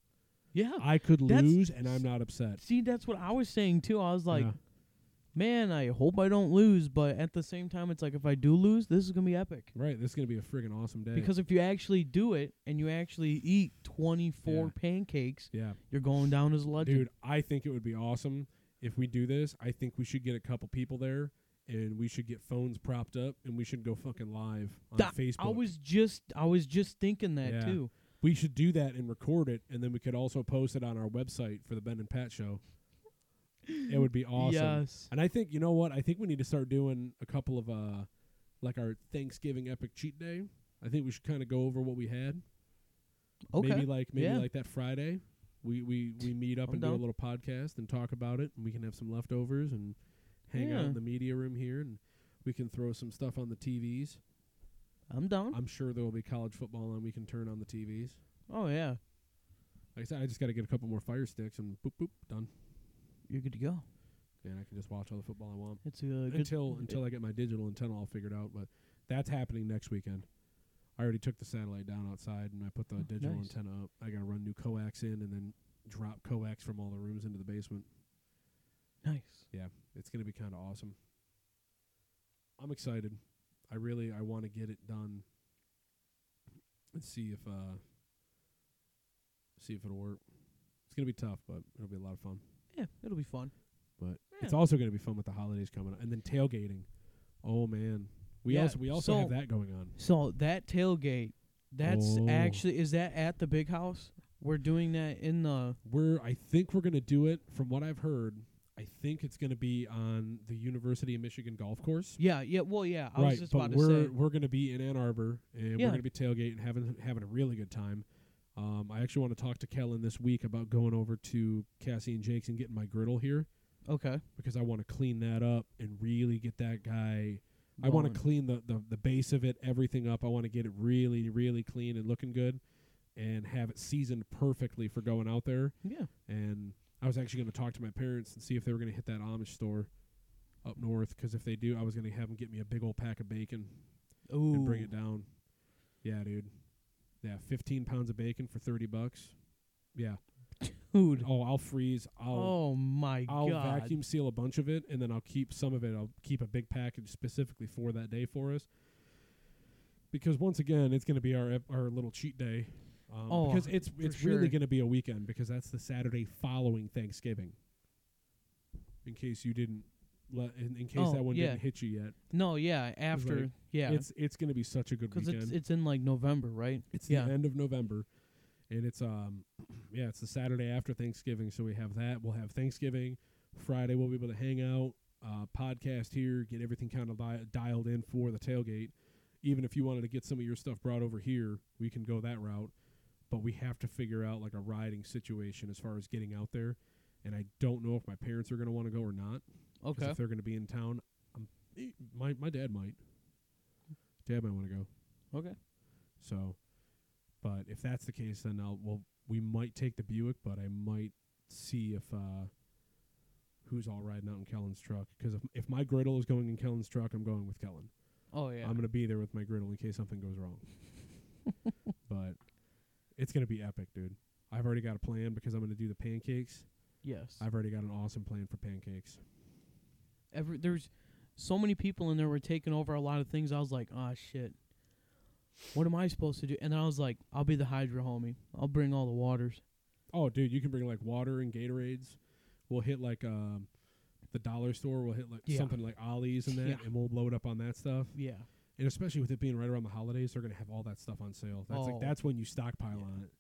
[SPEAKER 1] Yeah.
[SPEAKER 2] I could
[SPEAKER 1] That's-
[SPEAKER 2] lose, and I'm not upset.
[SPEAKER 1] See, that's what I was saying too. I was like,
[SPEAKER 2] Yeah.
[SPEAKER 1] man, I hope I don't lose, but at the same time, it's like if I do lose, this is gonna be epic.
[SPEAKER 2] right, this is gonna be a friggin' awesome day.
[SPEAKER 1] Because if you actually do it and you actually eat 24
[SPEAKER 2] Yeah.
[SPEAKER 1] pancakes,
[SPEAKER 2] yeah,
[SPEAKER 1] you're going down as a legend.
[SPEAKER 2] dude, I think it would be awesome if we do this. I think we should get a couple people there and we should get phones propped up and we should go fucking live on
[SPEAKER 1] That- oh,
[SPEAKER 2] Facebook.
[SPEAKER 1] I was just I was just thinking that
[SPEAKER 2] Yeah.
[SPEAKER 1] too.
[SPEAKER 2] we should do that and record it, and then we could also post it on our website for the Ben and Pat show. It
[SPEAKER 1] *laughs*
[SPEAKER 2] would be awesome.
[SPEAKER 1] Yes.
[SPEAKER 2] And I think you know what? I think we need to start doing a couple of uh like our Thanksgiving epic cheat day. I think we should kind of go over what we had.
[SPEAKER 1] Okay.
[SPEAKER 2] Maybe like maybe
[SPEAKER 1] Yeah.
[SPEAKER 2] like that Friday. We we we meet up
[SPEAKER 1] I'm
[SPEAKER 2] and do
[SPEAKER 1] down.
[SPEAKER 2] a little podcast and talk about it and we can have some leftovers and hang out
[SPEAKER 1] Yeah.
[SPEAKER 2] in the media room here and we can throw some stuff on the TVs.
[SPEAKER 1] Mm-hmm. I'm down.
[SPEAKER 2] I'm sure there will be college football and we can turn on the TVs.
[SPEAKER 1] oh yeah.
[SPEAKER 2] Like I said, I just got to get a couple more fire sticks and boop boop done.
[SPEAKER 1] You're good to go.
[SPEAKER 2] And I can just watch all the football I want.
[SPEAKER 1] It's a good
[SPEAKER 2] until until I get my digital antenna all figured out. But that's happening next weekend. I already took the satellite down outside and I put the
[SPEAKER 1] Oh,
[SPEAKER 2] digital
[SPEAKER 1] nice.
[SPEAKER 2] antenna up. I got to run new coax in and then drop coax from all the rooms into the basement.
[SPEAKER 1] nice.
[SPEAKER 2] It's going to be kind of awesome. I'm excited. I really I want to get it done. And see if uh see if it'll work. It's going to be tough, but it'll be a lot of fun.
[SPEAKER 1] Yeah, it'll be fun.
[SPEAKER 2] But it's
[SPEAKER 1] Yeah.
[SPEAKER 2] also going to be fun with the holidays coming up, and then tailgating. Oh man, we
[SPEAKER 1] Yeah,
[SPEAKER 2] also we also have
[SPEAKER 1] so-
[SPEAKER 2] that going on.
[SPEAKER 1] So that tailgate, that's
[SPEAKER 2] Oh.
[SPEAKER 1] actually is that at the big house? We're doing that in the
[SPEAKER 2] We're I think we're going to do it. From what I've heard, I think it's going to be on the University of Michigan golf course.
[SPEAKER 1] yeah yeah well yeah I
[SPEAKER 2] right,
[SPEAKER 1] was just
[SPEAKER 2] but
[SPEAKER 1] about to
[SPEAKER 2] we're
[SPEAKER 1] say
[SPEAKER 2] we're going to be in Ann Arbor, and we're
[SPEAKER 1] Yeah.
[SPEAKER 2] going to be tailgating, and having having a really good time. Um, I actually want to talk to Kellen this week about going over to Cassie and Jake's and getting my griddle here
[SPEAKER 1] okay
[SPEAKER 2] because I want to clean that up and really get that guy I want
[SPEAKER 1] going.
[SPEAKER 2] to clean the, the, the base of it, everything up. I want to get it really, really clean and looking good and have it seasoned perfectly for going out there.
[SPEAKER 1] yeah
[SPEAKER 2] And I was actually going to talk to my parents and see if they were going to hit that Amish store up north because if they do, I was going to have them get me a big old pack of bacon
[SPEAKER 1] Ooh.
[SPEAKER 2] and bring it down. Yeah, dude. Yeah, 15 pounds of bacon for 30 bucks. Yeah.
[SPEAKER 1] dude
[SPEAKER 2] Oh, I'll freeze. I'll
[SPEAKER 1] oh my
[SPEAKER 2] I'll
[SPEAKER 1] god
[SPEAKER 2] vacuum seal a bunch of it, and then I'll keep some of it. I'll keep a big package specifically for that day for us, because once again, it's going to be our ep- our little cheat day. Um,
[SPEAKER 1] Oh,
[SPEAKER 2] because it's
[SPEAKER 1] for
[SPEAKER 2] it's really
[SPEAKER 1] sure.
[SPEAKER 2] going to be a weekend because that's the Saturday following Thanksgiving. In case you didn't, let in, in case
[SPEAKER 1] Oh,
[SPEAKER 2] that one
[SPEAKER 1] yeah.
[SPEAKER 2] didn't hit you yet,
[SPEAKER 1] no yeah after
[SPEAKER 2] like,
[SPEAKER 1] yeah
[SPEAKER 2] it's it's going to be such a good
[SPEAKER 1] because
[SPEAKER 2] weekend.
[SPEAKER 1] it's it's in like November right
[SPEAKER 2] It's
[SPEAKER 1] Yeah.
[SPEAKER 2] the end of November, and it's um, *clears throat* yeah, it's the Saturday after Thanksgiving. So we have that. We'll have Thanksgiving Friday. We'll be able to hang out, uh, podcast here, get everything kind of di- dialed in for the tailgate. Even if you wanted to get some of your stuff brought over here, we can go that route. But we have to figure out like a riding situation as far as getting out there. And I don't know if my parents are going to want to go or not. 'cause
[SPEAKER 1] okay
[SPEAKER 2] If they're going to be in town, um, my my dad might. Dad might want to go.
[SPEAKER 1] okay
[SPEAKER 2] So, but if that's the case, then I'll well we might take the Buick, but I might see if uh who's all riding out in Kellen's truck. 'Cause if if my griddle is going in Kellen's truck, I'm going with Kellen.
[SPEAKER 1] oh yeah
[SPEAKER 2] I'm gonna be there with my griddle in case something goes
[SPEAKER 1] *laughs*
[SPEAKER 2] wrong. but it's gonna be epic, dude. I've already got a plan because I'm gonna do the pancakes.
[SPEAKER 1] yes
[SPEAKER 2] I've already got an awesome plan for pancakes.
[SPEAKER 1] every there's so many people in there were taking over a lot of things. I was like, ah, shit. What am I supposed to do? And I was like, I'll be the Hydra homie. I'll bring all the waters.
[SPEAKER 2] Oh, dude, you can bring like water and Gatorades. We'll hit like um, the dollar store. We'll hit like
[SPEAKER 1] Yeah.
[SPEAKER 2] something like Ollie's and that,
[SPEAKER 1] Yeah.
[SPEAKER 2] and we'll load up on that stuff.
[SPEAKER 1] Yeah.
[SPEAKER 2] And especially with it being right around the holidays, they're gonna have all that stuff on sale. That's
[SPEAKER 1] Oh.
[SPEAKER 2] like that's when you stockpile on it.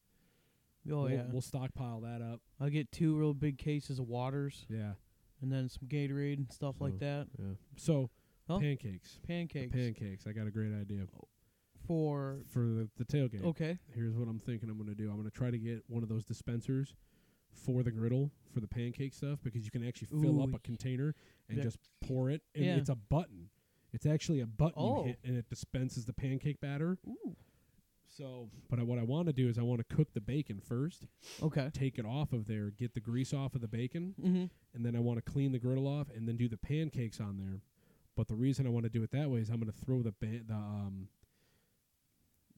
[SPEAKER 1] Oh
[SPEAKER 2] we'll,
[SPEAKER 1] yeah.
[SPEAKER 2] we'll stockpile that up.
[SPEAKER 1] I'll get two real big cases of waters
[SPEAKER 2] Yeah,
[SPEAKER 1] and then some Gatorade and stuff
[SPEAKER 2] So-
[SPEAKER 1] like that.
[SPEAKER 2] yeah. So
[SPEAKER 1] Huh?
[SPEAKER 2] pancakes, Oh. The
[SPEAKER 1] Pancakes
[SPEAKER 2] pancakes. I got a great idea
[SPEAKER 1] for
[SPEAKER 2] for the, the tailgate.
[SPEAKER 1] okay.
[SPEAKER 2] Here's what I'm thinking. I'm gonna do. I'm gonna try to get one of those dispensers for the griddle for the pancake stuff because you can actually fill
[SPEAKER 1] Ooh,
[SPEAKER 2] up a container and
[SPEAKER 1] yeah.
[SPEAKER 2] just pour it. And
[SPEAKER 1] Yeah.
[SPEAKER 2] It's a button. It's actually a button
[SPEAKER 1] Oh.
[SPEAKER 2] you hit, and it dispenses the pancake batter.
[SPEAKER 1] Ooh.
[SPEAKER 2] So, but I, what I want to do is I want to cook the bacon first,
[SPEAKER 1] Okay.
[SPEAKER 2] take it off of there, get the grease off of the bacon,
[SPEAKER 1] Mm-hmm.
[SPEAKER 2] and then I want to clean the griddle off, and then do the pancakes on there. But the reason I want to do it that way is I'm going to throw the ba- the um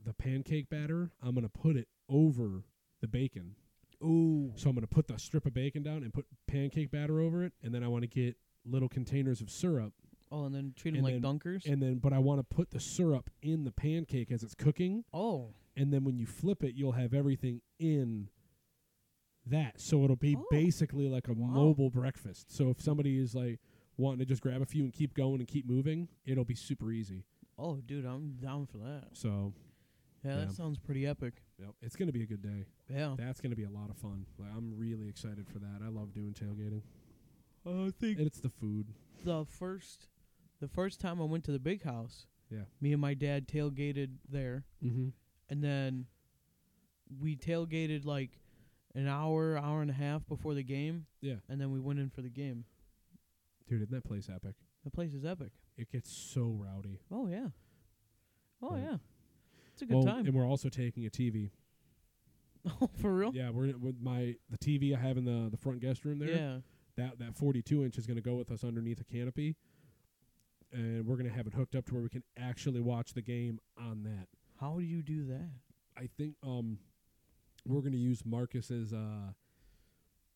[SPEAKER 2] the pancake batter. I'm going to put it over the bacon.
[SPEAKER 1] Ooh.
[SPEAKER 2] So I'm going to put the strip of bacon down and put pancake batter over it, and then I want to get little containers of syrup,
[SPEAKER 1] Oh, and then treat 'em
[SPEAKER 2] And
[SPEAKER 1] like
[SPEAKER 2] then-
[SPEAKER 1] dunkers.
[SPEAKER 2] and then but I want to put the syrup in the pancake as it's cooking,
[SPEAKER 1] oh.
[SPEAKER 2] and then when you flip it, you'll have everything in that. So it'll be
[SPEAKER 1] Oh.
[SPEAKER 2] basically like a
[SPEAKER 1] Wow.
[SPEAKER 2] mobile breakfast. So if somebody is like wanting to just grab a few and keep going and keep moving, it'll be super easy.
[SPEAKER 1] Oh, dude, I'm down for that.
[SPEAKER 2] So
[SPEAKER 1] Yeah,
[SPEAKER 2] Yeah.
[SPEAKER 1] that sounds pretty epic.
[SPEAKER 2] yep, it's gonna be a good day.
[SPEAKER 1] Yeah.
[SPEAKER 2] That's gonna be a lot of fun. Like I'm really excited for that. I love doing tailgating.
[SPEAKER 1] I think
[SPEAKER 2] And it's the food.
[SPEAKER 1] the first the first time I went to the big house,
[SPEAKER 2] Yeah.
[SPEAKER 1] me and my dad tailgated there
[SPEAKER 2] Mm-hmm.
[SPEAKER 1] and then we tailgated like an hour, hour and a half before the game.
[SPEAKER 2] Yeah.
[SPEAKER 1] And then we went in for the game.
[SPEAKER 2] Dude, isn't that place epic?
[SPEAKER 1] The place is epic.
[SPEAKER 2] It gets so rowdy.
[SPEAKER 1] Oh yeah. Oh
[SPEAKER 2] Right.
[SPEAKER 1] yeah. It's a good
[SPEAKER 2] Well,
[SPEAKER 1] time.
[SPEAKER 2] And we're also taking a TV.
[SPEAKER 1] oh, *laughs* for real?
[SPEAKER 2] Yeah, we're with my the TV I have in the the front guest room there.
[SPEAKER 1] Yeah.
[SPEAKER 2] That that 42 inch is going to go with us underneath a canopy, and we're going to have it hooked up to where we can actually watch the game on that.
[SPEAKER 1] How do you do that?
[SPEAKER 2] I think um, we're going to use Marcus's uh,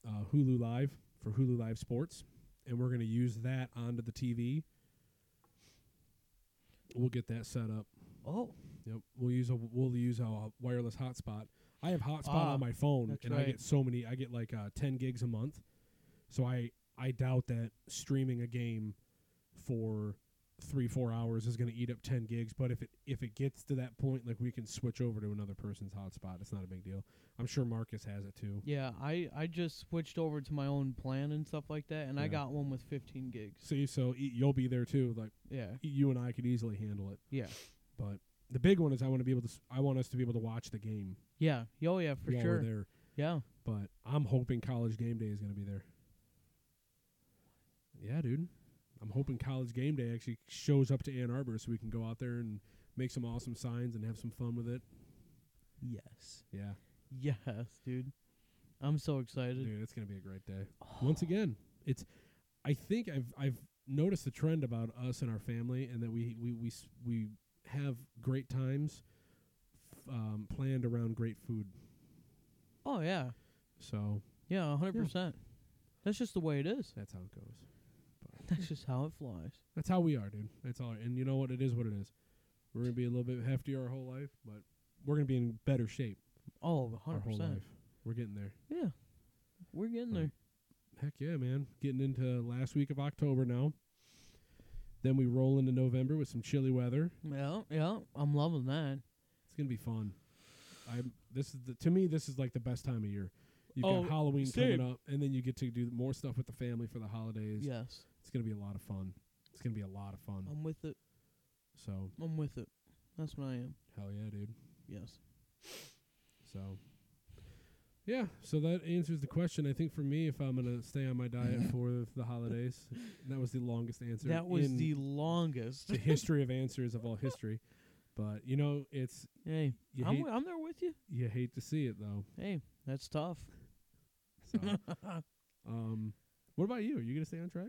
[SPEAKER 2] uh, Hulu Live for Hulu Live Sports, and we're going to use that onto the TV. We'll get that set up.
[SPEAKER 1] Oh,
[SPEAKER 2] Yep. We'll use a we'll use a wireless hotspot. I have hotspot
[SPEAKER 1] Ah,
[SPEAKER 2] on my phone,
[SPEAKER 1] that's
[SPEAKER 2] and I
[SPEAKER 1] right.
[SPEAKER 2] get so many. I get like uh, ten gigs a month. So I I doubt that streaming a game for three four hours is going to eat up ten gigs. But if it if it gets to that point, like we can switch over to another person's hotspot. It's not a big deal. I'm sure Marcus has it too.
[SPEAKER 1] yeah. I I just switched over to my own plan and stuff like that, and I
[SPEAKER 2] Yeah.
[SPEAKER 1] got one with 15 gigs.
[SPEAKER 2] See, so y- you'll be there too. Like
[SPEAKER 1] Yeah,
[SPEAKER 2] y- you and I could easily handle it.
[SPEAKER 1] yeah,
[SPEAKER 2] But the big one is I want to be able to. s I want us to be able to watch the game
[SPEAKER 1] yeah. Oh yeah, for
[SPEAKER 2] while
[SPEAKER 1] sure.
[SPEAKER 2] we're there.
[SPEAKER 1] Yeah.
[SPEAKER 2] but I'm hoping college game day is going to be there. Yeah, dude. I'm hoping college game day actually shows up to Ann Arbor so we can go out there and make some awesome signs and have some fun with it.
[SPEAKER 1] Yes.
[SPEAKER 2] Yeah.
[SPEAKER 1] Yes, dude. I'm so excited.
[SPEAKER 2] Dude, it's going to be a great day. Once again, it's I think I've I've noticed the trend about us and our family and that we we we s we have great times f- um, planned around great food.
[SPEAKER 1] Oh yeah,
[SPEAKER 2] So,
[SPEAKER 1] yeah. a 100
[SPEAKER 2] Yeah.
[SPEAKER 1] percent. That's just the way it is.
[SPEAKER 2] that's how it goes.
[SPEAKER 1] That's just how it flies.
[SPEAKER 2] That's how we are, dude. That's all. And you know what? It is what it is. We're gonna be a little bit heftier our whole life, but we're gonna be in better shape
[SPEAKER 1] Oh, a
[SPEAKER 2] our
[SPEAKER 1] 100
[SPEAKER 2] whole
[SPEAKER 1] percent.
[SPEAKER 2] life. We're getting there.
[SPEAKER 1] Yeah, we're getting
[SPEAKER 2] Right.
[SPEAKER 1] there.
[SPEAKER 2] Heck yeah, man! Getting into last week of October now. Then we roll into November with some chilly weather.
[SPEAKER 1] Yeah, yeah. I'm loving that.
[SPEAKER 2] It's gonna be fun. I this is the, to me this is like the best time of year. You've
[SPEAKER 1] Oh,
[SPEAKER 2] got Halloween
[SPEAKER 1] same.
[SPEAKER 2] coming up, and then you get to do more stuff with the family for the holidays.
[SPEAKER 1] Yes,
[SPEAKER 2] It's Mm. gonna be a lot of fun. It's gonna be a lot of fun.
[SPEAKER 1] I'm with it.
[SPEAKER 2] So
[SPEAKER 1] I'm with it. That's what I am.
[SPEAKER 2] hell yeah, dude.
[SPEAKER 1] Yes.
[SPEAKER 2] So, yeah, so that answers the question. I think for me, if I'm gonna stay on my diet for the
[SPEAKER 1] *laughs*
[SPEAKER 2] holidays, and that was the longest answer.
[SPEAKER 1] That was
[SPEAKER 2] in
[SPEAKER 1] the longest.
[SPEAKER 2] the history of answers of all history. But you know, it's
[SPEAKER 1] *laughs* hey,
[SPEAKER 2] you
[SPEAKER 1] I'm,
[SPEAKER 2] hate,
[SPEAKER 1] wi- I'm there with you.
[SPEAKER 2] you hate to see it though.
[SPEAKER 1] Hey, that's tough.
[SPEAKER 2] So,
[SPEAKER 1] *laughs*
[SPEAKER 2] um, what about you? Are you gonna stay on track?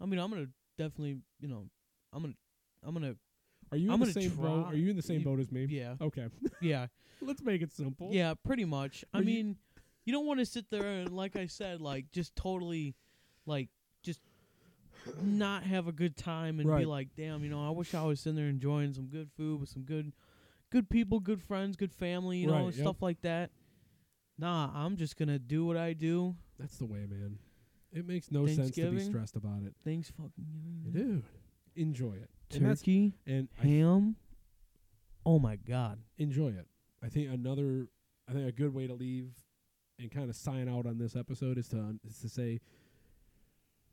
[SPEAKER 1] I mean, I'm gonna definitely, you know, I'm gonna, I'm gonna,
[SPEAKER 2] Are you
[SPEAKER 1] I'm
[SPEAKER 2] in the
[SPEAKER 1] gonna
[SPEAKER 2] same boat?
[SPEAKER 1] try-
[SPEAKER 2] Are you in the same
[SPEAKER 1] you-
[SPEAKER 2] boat as me?
[SPEAKER 1] yeah,
[SPEAKER 2] Okay, *laughs*
[SPEAKER 1] yeah,
[SPEAKER 2] let's make it simple.
[SPEAKER 1] yeah, pretty much. I
[SPEAKER 2] Are you-
[SPEAKER 1] mean, you don't want to sit there and, like I said, like just totally, like just not have a good time and be
[SPEAKER 2] Right.
[SPEAKER 1] like, damn, you know, I wish I was in there enjoying some good food with some good, good people, good friends, good family, you know,
[SPEAKER 2] Right, yep.
[SPEAKER 1] stuff like that. Nah, I'm just gonna do what I do.
[SPEAKER 2] that's the way, man. It makes no sense to be
[SPEAKER 1] Thanksgiving?
[SPEAKER 2] stressed about it,
[SPEAKER 1] Things fucking.
[SPEAKER 2] dude. Enjoy it, and that's
[SPEAKER 1] turkey,
[SPEAKER 2] and I
[SPEAKER 1] ham. Oh my god.
[SPEAKER 2] enjoy it. I think another, I think a good way to leave and kind of sign out on this episode is to um, is to say,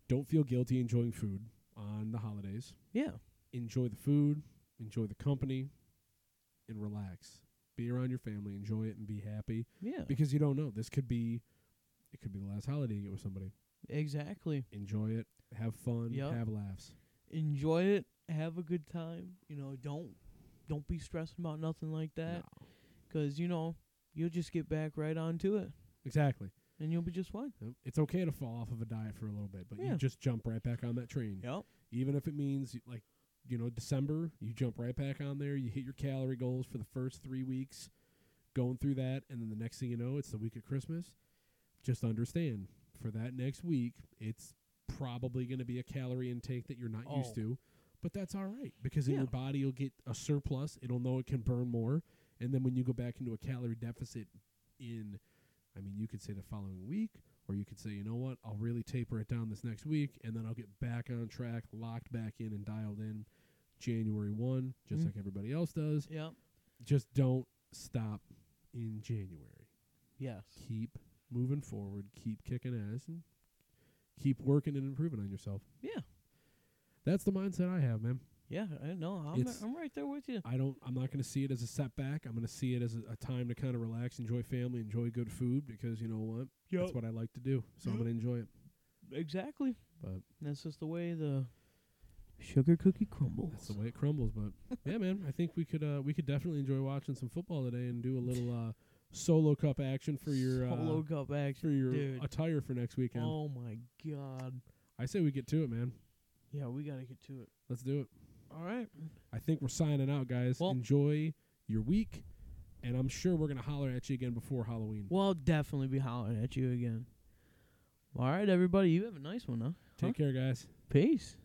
[SPEAKER 2] don't feel guilty enjoying food on the holidays.
[SPEAKER 1] Yeah.
[SPEAKER 2] Enjoy the food, enjoy the company, and relax. Be around your family, enjoy it, and be happy
[SPEAKER 1] Yeah.
[SPEAKER 2] because you don't know. This could be, it could be the last holiday you get with somebody.
[SPEAKER 1] exactly.
[SPEAKER 2] Enjoy it, have fun,
[SPEAKER 1] Yep.
[SPEAKER 2] have laughs.
[SPEAKER 1] Enjoy it. Have a good time. You know, don't don't be stressing about nothing like that
[SPEAKER 2] No.
[SPEAKER 1] 'cause you know, you'll just get back right onto it
[SPEAKER 2] Exactly.
[SPEAKER 1] and you'll be just fine.
[SPEAKER 2] Yep. It's okay to fall off of a diet for a little bit, but
[SPEAKER 1] Yeah.
[SPEAKER 2] you just jump right back on that train.
[SPEAKER 1] Yep.
[SPEAKER 2] even if it means y- like you know december you jump right back on there you hit your calorie goals for the first three weeks going through that and then the next thing you know it's the week of christmas just understand for that next week it's probably going to be a calorie intake that you're not
[SPEAKER 1] Oh.
[SPEAKER 2] used to but that's all right because then
[SPEAKER 1] Yeah.
[SPEAKER 2] your body will get a surplus it'll know it can burn more and then when you go back into a calorie deficit in i mean you could say the following week Or you could say, you know what, I'll really taper it down this next week, and then I'll get back on track, locked back in, and dialed in January 1, just
[SPEAKER 1] Mm.
[SPEAKER 2] like everybody else does.
[SPEAKER 1] Yep.
[SPEAKER 2] Just don't stop in January.
[SPEAKER 1] Yes.
[SPEAKER 2] Keep moving forward, keep kicking ass, and keep working and improving on yourself.
[SPEAKER 1] Yeah.
[SPEAKER 2] That's the mindset I have, man.
[SPEAKER 1] Yeah. I know. I'm,
[SPEAKER 2] It's-
[SPEAKER 1] I'm right there with you.
[SPEAKER 2] I don't. I'm not going to see it as a setback. I'm going to see it as a, a time to kind of relax, enjoy family, enjoy good food because you know what? That's what I like to do. So I'm
[SPEAKER 1] Yep.
[SPEAKER 2] going to enjoy it.
[SPEAKER 1] Exactly.
[SPEAKER 2] But
[SPEAKER 1] That's just the way the sugar cookie crumbles.
[SPEAKER 2] that's the way it crumbles.
[SPEAKER 1] *laughs*
[SPEAKER 2] But yeah, man, I think we could uh, we could definitely enjoy watching some football today and do a little uh, solo cup action for your
[SPEAKER 1] Solo
[SPEAKER 2] uh,
[SPEAKER 1] cup
[SPEAKER 2] for
[SPEAKER 1] action.
[SPEAKER 2] your
[SPEAKER 1] dude.
[SPEAKER 2] attire for next weekend.
[SPEAKER 1] Oh my god.
[SPEAKER 2] I say we get to it, man.
[SPEAKER 1] Yeah, we gotta get to it.
[SPEAKER 2] Let's do it.
[SPEAKER 1] All right.
[SPEAKER 2] I think we're signing out, guys.
[SPEAKER 1] Well-
[SPEAKER 2] enjoy your week, and I'm sure we're going to holler at you again before Halloween.
[SPEAKER 1] Well, I'll definitely be hollering at you again. All right, everybody. You have a nice one, huh?
[SPEAKER 2] Take care, guys.
[SPEAKER 1] Peace.